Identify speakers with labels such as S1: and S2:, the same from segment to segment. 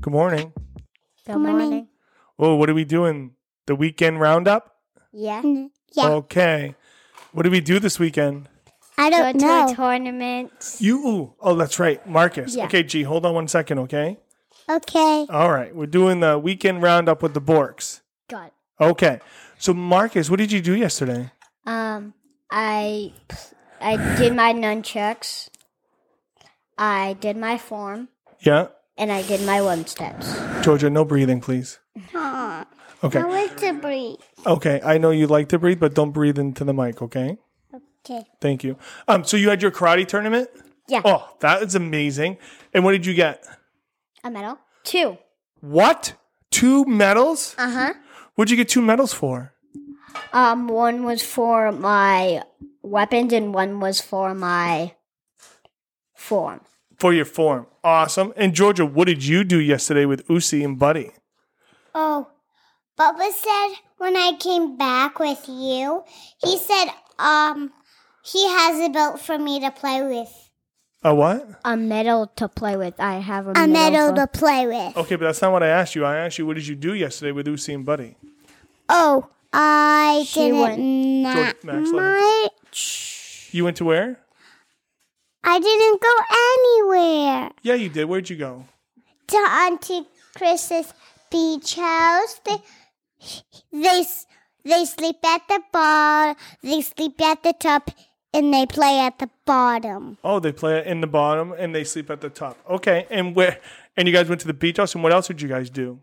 S1: Good morning.
S2: Good
S3: Good morning.
S2: morning.
S1: Oh, what are we doing? The weekend roundup?
S2: Yeah.
S3: Mm, Yeah.
S1: Oh. Okay. What do we do this weekend?
S3: I
S2: Go
S3: don't
S2: to a
S3: know.
S2: tournament.
S1: You ooh, oh that's right. Marcus.
S2: Yeah.
S1: Okay, G, hold on one second, okay?
S3: okay.
S1: All right. We're doing the weekend roundup with the Borks.
S2: Got it.
S1: Okay. So Marcus, what did you do yesterday?
S2: Um, I pl- I did my nunchucks. I did my form,
S1: Yeah.
S2: and I did my one steps.
S1: Georgia, no breathing, please.
S3: Aw,
S1: Okay.
S3: I want to breathe.
S1: Okay. I know you like to breathe, but don't breathe into the mic, okay?
S3: Okay.
S1: Thank you. Um, so you had your karate tournament?
S2: Yeah.
S1: Oh, that is amazing. And what did you get?
S2: A medal. Two.
S1: What? Two medals?
S2: Uh huh.
S1: What'd you get two medals for?
S2: Um, one was for my weapons, and one was for my form.
S1: For your form. Awesome. And Georgia, what did you do yesterday with Usi and Buddy?
S3: Oh, Bubba said when I came back with you, he said, um, he has a belt for me to play with.
S1: A what?
S2: A medal to play with. I have a,
S3: A medal
S2: for-
S3: to play with.
S1: Okay, but that's not what I asked you. I asked you what did you do yesterday with Usi and Buddy?
S3: Oh, I
S2: She
S3: didn't
S2: went-
S3: not
S1: George, Max, let
S3: much.
S1: You went to where?
S3: I didn't go anywhere.
S1: Yeah, you did. Where'd you go?
S3: to Auntie Chris's beach house. They they s- they sleep at the bar. They sleep at the top, and they play at the bottom.
S1: Oh, they play it in the bottom and they sleep at the top. Okay, and where? And you guys went to the beach house. And what else did you guys do?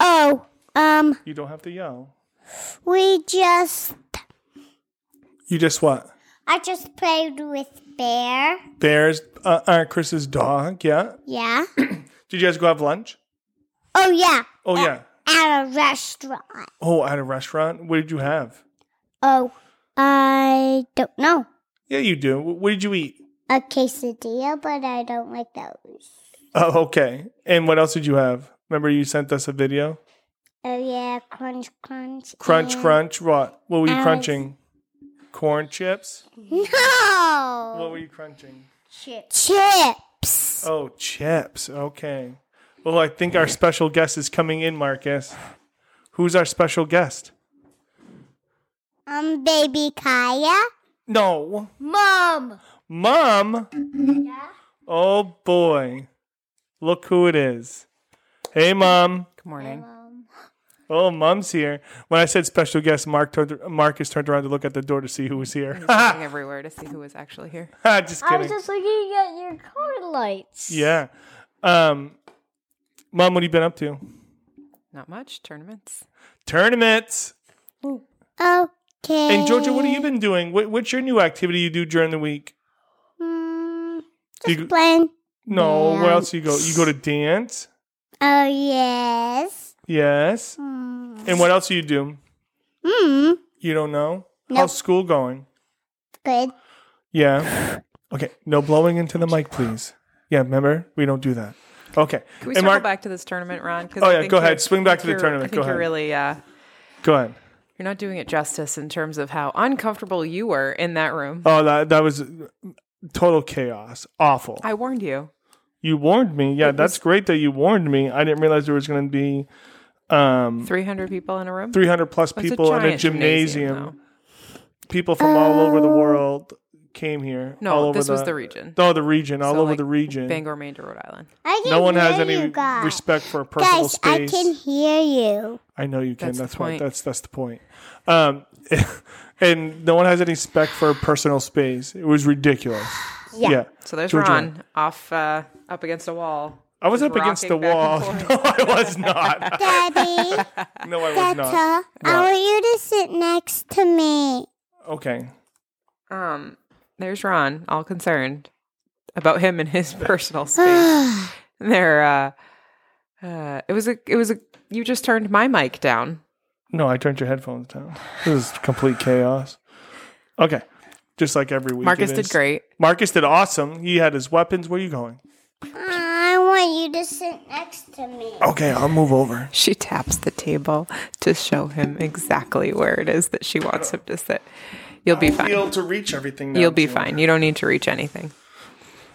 S3: Oh, um,
S1: You don't have to yell.
S3: we just
S1: You just what?
S3: I just played with Bear.
S1: Bears, uh, uh, Chris's dog. Yeah.
S3: Yeah.
S1: Did you guys go have lunch?
S3: oh yeah.
S1: Oh yeah.
S3: At a restaurant.
S1: Oh, at a restaurant. What did you have?
S3: Oh, I don't know.
S1: Yeah, you do. Wh- What did you eat?
S3: A quesadilla, but I don't like those.
S1: Oh, okay. And what else did you have? Remember, you sent us a video.
S3: Oh yeah, crunch, crunch. Mm.
S1: Crunch,
S2: Uh,
S3: and-
S1: crunch. What? What were you
S3: Alex.
S1: crunching? Corn chips.
S3: No.
S1: What were you crunching?
S2: Shit.
S3: chips.
S1: Oh, chips. Okay. Well, I think our special guest is coming in, Marcus. Who's our special guest?
S3: Um, baby Kaya.
S1: No.
S2: Mom.
S1: Mom? Oh, boy. Look who it is. Hey, Mom.
S4: Good morning.
S1: Oh, Mom's here. When I said special guest, Mark turned, Marcus turned around to look at the door to see who was here.
S4: Looking everywhere to see who was actually here.
S1: just
S2: I
S1: kidding.
S2: was just looking at your car lights.
S1: Yeah. Um, Mom, what have you been up to?
S4: Not much tournaments.
S1: Tournaments.
S3: Okay.
S1: And Georgia, what have you been doing? What, what's your new activity you do during the week?
S3: Mm,
S1: Do you-
S3: playing.
S1: No, where else you go? You go to dance?
S3: Oh yes.
S1: Yes.
S3: Mm.
S1: And what else do you do?
S3: Mm,
S1: You don't know?
S3: Nope.
S1: How's school going?
S3: good.
S1: Yeah. Okay. No blowing into the mic, please. Yeah, remember? We don't do that. Okay.
S4: Can we
S1: and
S4: circle
S1: Mark,
S4: back to this tournament, Ron? 'Cause
S1: Oh,
S4: I
S1: yeah,
S4: think
S1: go
S4: you're-
S1: ahead. Swing back to the
S4: you're-
S1: tournament.
S4: I think
S1: Go
S4: you're
S1: ahead.
S4: really uh,
S1: go ahead.
S4: you're not doing it justice in terms of how uncomfortable you were in that room.
S1: Oh, that, that was total chaos. Awful.
S4: I warned you.
S1: you warned me. Yeah, that's great that you warned me. I didn't realize there was going to be um,
S4: 300 people in a room.
S1: 300 plus
S4: That's
S1: people in a
S4: giant
S1: gymnasium.
S4: though.
S1: People from all over the
S3: Oh.
S1: world came here.
S4: No,
S1: all over
S4: this was the region.
S1: No, the region. All
S4: So,
S1: over
S4: like,
S1: the region.
S4: Bangor, Maine to Rhode Island.
S3: I can
S1: no one has
S3: hear
S1: any
S3: you guys.
S1: respect for personal
S3: Guys, I
S1: space.
S3: can hear you.
S1: I know you can. That's,
S4: That's the
S1: why.
S4: point.
S1: That's that's the point. Um, and no one has any respect for personal space. It was ridiculous. Yeah.
S4: So there's
S1: Georgia.
S4: Ron off uh, up against a wall.
S1: I was
S4: Just
S1: up against the
S4: rocking back
S1: wall. No,
S4: and forth.
S1: I was not.
S3: Daddy,
S1: No, I was not.
S3: Detta, I want you to sit next to me.
S1: Okay.
S4: Um, there's Ron, all concerned about him and his personal space. there, uh, uh, it was a, it was a. You just turned my mic down.
S1: No, I turned your headphones down. This is complete chaos. Okay. Just like every week.
S4: Marcus
S1: it
S4: did
S1: is.
S4: great.
S1: Marcus did awesome. He had his weapons. Where are you going?
S3: I want you to sit next to me.
S1: Okay, I'll move over.
S4: She taps the table to show him exactly where it is that she wants him to sit. You'll be
S1: Be
S4: fine.
S1: able to reach everything. now,
S4: You'll be
S1: too.
S4: fine. You don't need to reach anything.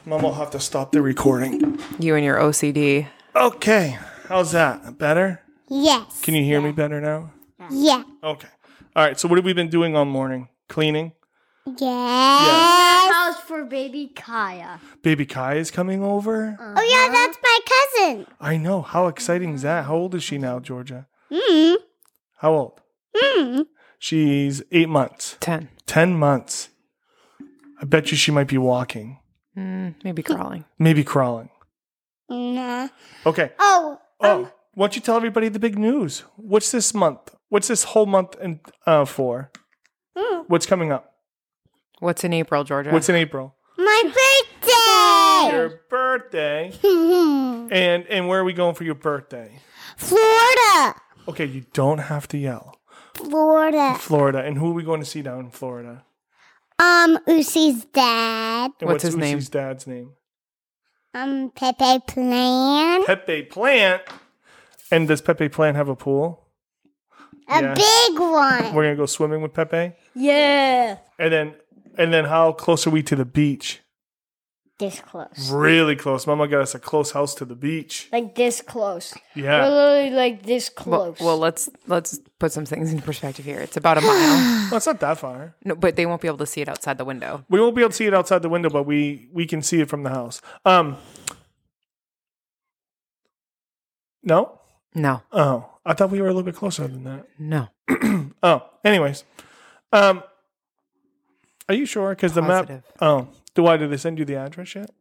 S1: Mom will have to stop the recording.
S4: You and your OCD.
S1: Okay. How's that? Better?
S3: Yes.
S1: Can you hear me better now?
S3: yeah.
S1: Okay. All right. So what have we been doing all morning? Cleaning.
S3: Yes.
S2: House for baby Kaya.
S1: Baby Kai is coming over.
S3: Oh yeah,
S1: Uh-huh.
S3: that's my cousin.
S1: I know. How exciting is that? How old is she now, Georgia?
S3: Mm.
S1: How old?
S3: Mm.
S1: She's eight months.
S4: 10.
S1: Ten months. I bet you she might be walking,
S4: Mm, maybe crawling.
S1: maybe crawling.
S3: Nah.
S1: Okay.
S3: Oh,
S1: Oh,
S4: Uh-huh.
S1: why don't you tell everybody the big news? What's this month? What's this whole month and uh, for?
S4: Hmm.
S1: What's coming up?
S4: What's in April, Georgia?
S1: What's in April?
S3: my birthday.
S1: Your birthday. And and where are we going for your birthday?
S3: Florida.
S1: Okay, you don't have to yell.
S3: Florida.
S1: Florida. And who are we going to see down in Florida?
S3: Um, Usi's dad.
S1: And
S4: What's his name?
S1: Uzi's dad's name?
S3: Um, Pepe Plan.
S1: Pepe Plant. And does Pepe Plant have a pool?
S3: A
S1: Yeah.
S3: big one.
S1: We're gonna go swimming with Pepe.
S2: Yeah.
S1: And then and then how close are we to the beach?
S2: This close.
S1: Really close. Mama got us a close house to the beach.
S2: Like this close. We're
S1: Yeah.
S2: literally like this
S4: well,
S2: close.
S4: well, let's let's put some things in perspective here. It's about a mile.
S1: Well, it's not that far.
S4: no, but they won't be able to see it outside the window.
S1: We won't be able to see it outside the window, but we we can see it from the house. Um. No.
S4: No.
S1: Oh, I thought we were a little bit closer than that.
S4: No.
S1: Oh, anyways, um, are you sure? Because the map.
S4: Positive.
S1: Oh, do I? Did they send you the address yet?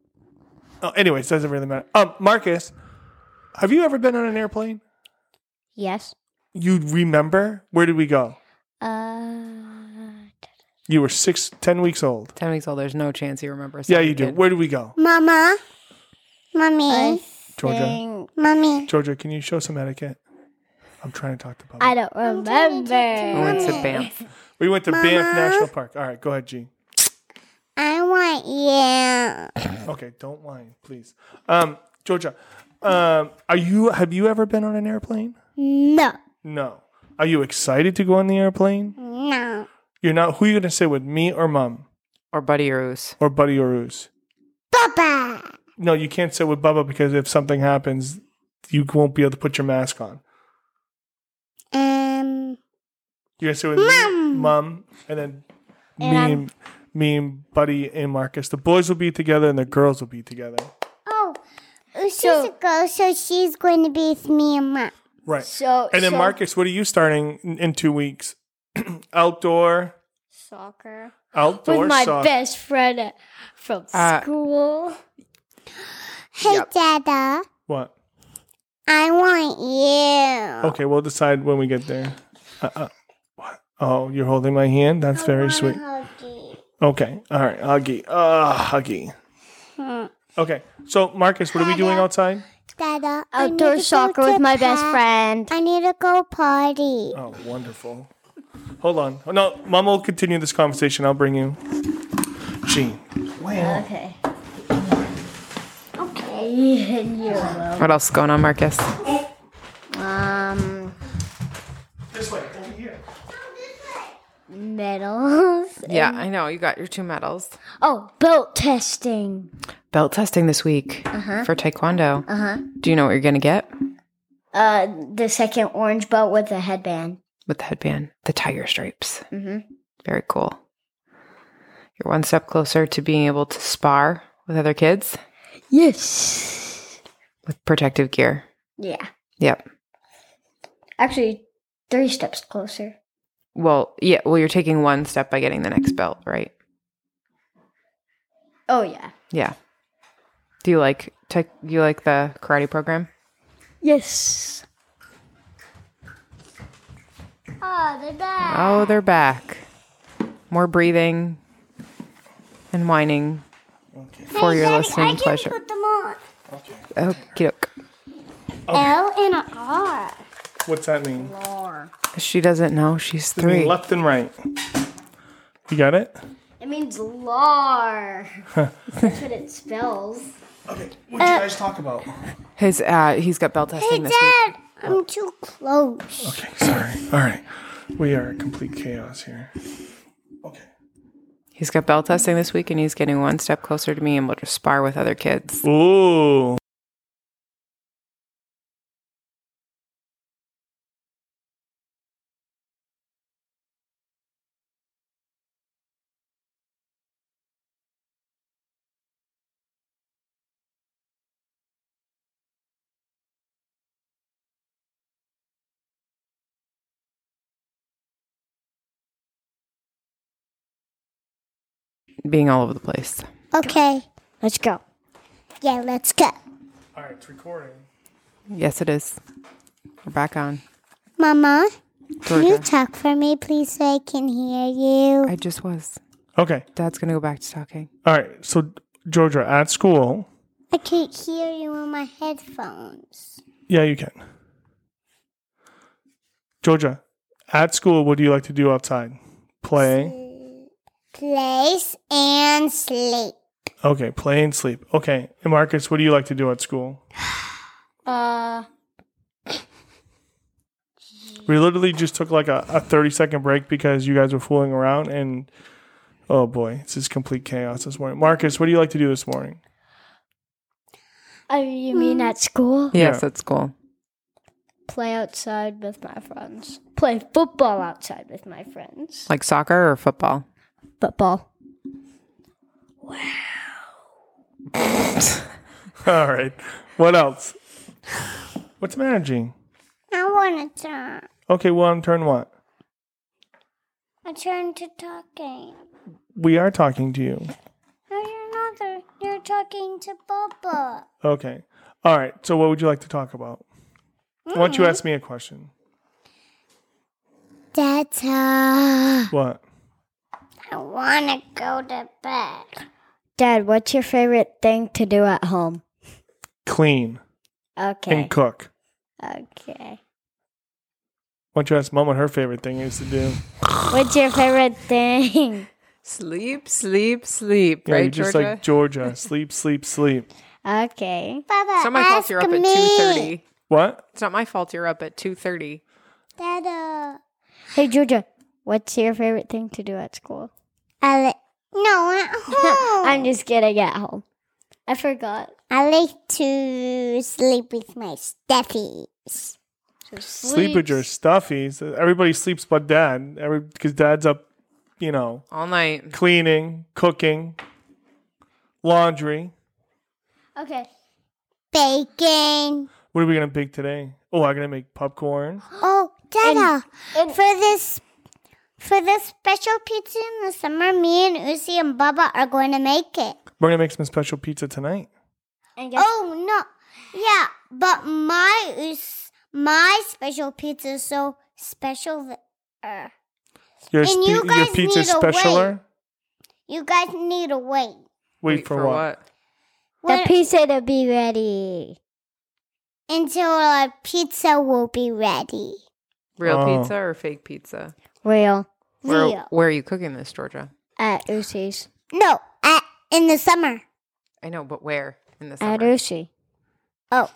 S1: Oh, anyways, doesn't really matter. Um, Marcus, have you ever been on an airplane?
S2: yes.
S1: You remember where did we go?
S2: Uh,
S1: You were six, ten weeks old.
S4: 10 weeks old, there's no chance you remember.
S1: Yeah,
S4: something,
S1: you do.
S4: kid.
S1: Where did we go,
S3: Mama. Mommy.
S2: I
S1: Georgia?
S2: think
S3: Mommy.
S1: Georgia, can you show some etiquette? I'm trying to talk to Bubba.
S2: I don't
S3: trying to talk to
S4: I
S2: remember.
S4: went to
S3: Mommy.
S4: Banff.
S1: We went to Banff
S3: Mama?
S1: National Park. All right, go ahead, G.
S3: I want you.
S1: Okay, don't whine, please. Um, Georgia, um, are you? Have you ever been on an airplane?
S3: No.
S1: No. Are you excited to go on the airplane?
S3: No.
S1: You're not. Who are you gonna sit with, me or mom
S4: Or Buddy Roos.
S1: or Buddy or Oos?
S3: Papa.
S1: No, you can't sit with Bubba because if something happens, you won't be able to put your mask on.
S3: Um.
S1: You're gonna sit with me,
S3: Mom.
S1: mom, and then
S2: And
S1: me
S2: I'm-
S1: and me and Buddy and Marcus. The boys will be together and the girls will be together.
S3: Oh. She's
S2: So-
S3: a girl, so she's going to be with me and mom.
S1: Right.
S2: So
S1: and then
S2: so-
S1: Marcus, what are you starting in, in two weeks? outdoor,
S2: soccer
S1: outdoor
S2: with my
S1: soccer.
S2: best friend at- from
S4: Uh,
S2: school.
S3: Hey,
S4: Yep.
S3: Dada.
S1: What?
S3: I want you.
S1: Okay, we'll decide when we get there. Uh, uh, what? Oh, you're holding my hand. That's very sweet. Okay. All right. Huggy. Uh, huggy. Okay. So, Marcus, what are we doing outside?
S3: Dada. I need to
S2: Outdoor
S3: go
S2: soccer
S3: to
S2: with my best
S3: pa-
S2: friend.
S3: I need to go party.
S1: Oh, wonderful. Hold on. No, Mom will continue this conversation. I'll bring you. Gene. Wow.
S2: Okay. Okay. And you will.
S4: What else is going on, Marcus?
S2: Um,
S1: This way. Over here.
S2: medals.
S4: Yeah, I know. You got your two medals.
S2: Oh, belt testing.
S4: Belt testing this week for Taekwondo. Uh-huh. Do you know what you're going to get?
S2: Uh, the second orange belt with the headband.
S4: with the headband, the tiger stripes. Mm-hmm. Very cool. You're one step closer to being able to spar with other kids
S2: Yes.
S4: with protective gear.
S2: Yeah.
S4: Yep.
S2: Actually, three steps closer.
S4: Well, yeah. Well, you're taking one step by getting the next belt, right?
S2: Oh yeah.
S4: Yeah. Do you like tech? You like the karate program?
S2: Yes.
S3: Oh, they're back.
S4: Oh, they're back. More breathing and whining for your listening
S3: I can
S4: pleasure. Oh,
S3: put them on.
S4: Okey doke.
S3: L and a R.
S1: What's that mean?
S4: She doesn't know. She's
S1: I mean
S4: three.
S1: left and right. You got it?
S2: It means lar. That's what it spells.
S1: Okay. What did you guys talk about?
S4: His uh, he's got belt testing
S3: Hey,
S4: this week.
S3: Dad, I'm too close.
S1: Okay, sorry. All right. We are in complete chaos here. Okay.
S4: He's got bell testing this week, and he's getting one step closer to me and will just spar with other kids.
S1: Ooh.
S4: being all over the place.
S3: Okay.
S2: Let's go.
S3: Yeah, let's go.
S1: All right, it's recording.
S4: Yes, it is. We're back on.
S3: Mama, can you
S4: Georgia.
S3: talk for me, please, so I can hear you?
S4: I just was.
S1: Okay.
S4: Dad's gonna go back to talking.
S1: All right. So Georgia at school.
S3: I can't hear you on my headphones.
S1: Yeah, you can. Georgia, at school, what do you like to do outside? Play.
S3: Place and sleep.
S1: Okay, play and sleep. Okay. And Marcus, what do you like to do at school?
S2: Uh,
S1: We literally just took like a, a 30 second break because you guys were fooling around and oh boy, it's just complete chaos this morning. Marcus, what do you like to do this morning?
S2: oh, you mean at school?
S4: Yes, at school.
S2: Play outside with my friends. Play football outside with my friends.
S4: Like soccer or football?
S2: Football.
S1: All right. What else? What's managing?
S3: I want to turn.
S1: Okay, well, on turn what?
S3: I turn to talking.
S1: We are talking to you.
S3: No, you're not. there. You're talking to Bubba.
S1: Okay. All right. So, what would you like to talk about? Why
S3: Hmm.
S1: don't you ask me a question?
S3: Dada.
S1: What?
S3: I want to go to bed.
S2: Dad, what's your favorite thing to do at home?
S1: Clean
S2: Okay.
S1: and cook. Why
S2: Okay.
S1: don't you ask mom what her favorite thing is to do?
S2: What's your favorite thing?
S4: Sleep, sleep, sleep.
S1: Yeah,
S4: right,
S1: you're just
S4: Georgia?
S1: like Georgia. Sleep, sleep, sleep.
S2: Okay.
S3: Bubba,
S4: it's not my fault
S3: ask
S4: you're up
S3: me.
S4: at two thirty.
S1: What?
S4: It's not my fault you're up at two thirty.
S3: Dada.
S2: Hey, Georgia, what's your favorite thing to do at school?
S3: I like, no, at home.
S2: I'm just kidding, at home. I forgot.
S3: I like to sleep with my stuffies.
S1: Sleep with your stuffies. Everybody sleeps but dad. Every because dad's up, you know,
S4: All night.
S1: cleaning, cooking, laundry.
S2: Okay.
S3: Bacon.
S1: What are we gonna bake today? Oh, I'm gonna make popcorn.
S3: Oh, Dada.
S2: and-
S3: for this for this special pizza in the summer, me and Uzi and Bubba are going to make it.
S1: We're gonna make some special pizza tonight.
S2: And guess
S3: Oh no. Yeah, but my Us- my special pizza is so special that uh,
S1: Your
S3: And you
S1: spe-
S3: guys
S1: your pizza
S3: need to wait.
S1: specialer.
S3: you guys need to wait.
S1: Wait, for, what?
S2: the
S3: When-
S2: pizza to be ready.
S3: until our pizza will be ready.
S4: Real
S1: Oh.
S4: pizza or fake pizza?
S2: Real.
S4: Where,
S3: Real.
S4: where are you cooking this, Georgia?
S2: At Usi's.
S3: No, at, in the summer.
S4: I know, but where in the
S2: At
S4: summer?
S2: Usi.
S3: Oh,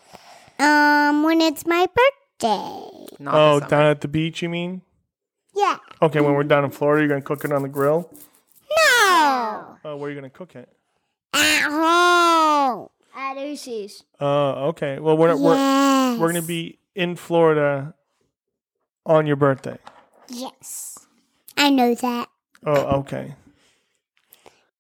S3: um, when it's my birthday.
S4: Not the
S1: Oh,
S4: summer.
S1: down at the beach, you mean?
S3: Yeah.
S1: Okay, when we're down in Florida, you're gonna cook it on the grill.
S3: No.
S1: Uh, where are you gonna cook it?
S3: At home.
S2: At Usi's.
S1: Uh, okay. Well, we're we're,
S3: yes.
S1: we're gonna be in Florida on your birthday.
S3: Yes. I know that.
S1: Oh, okay.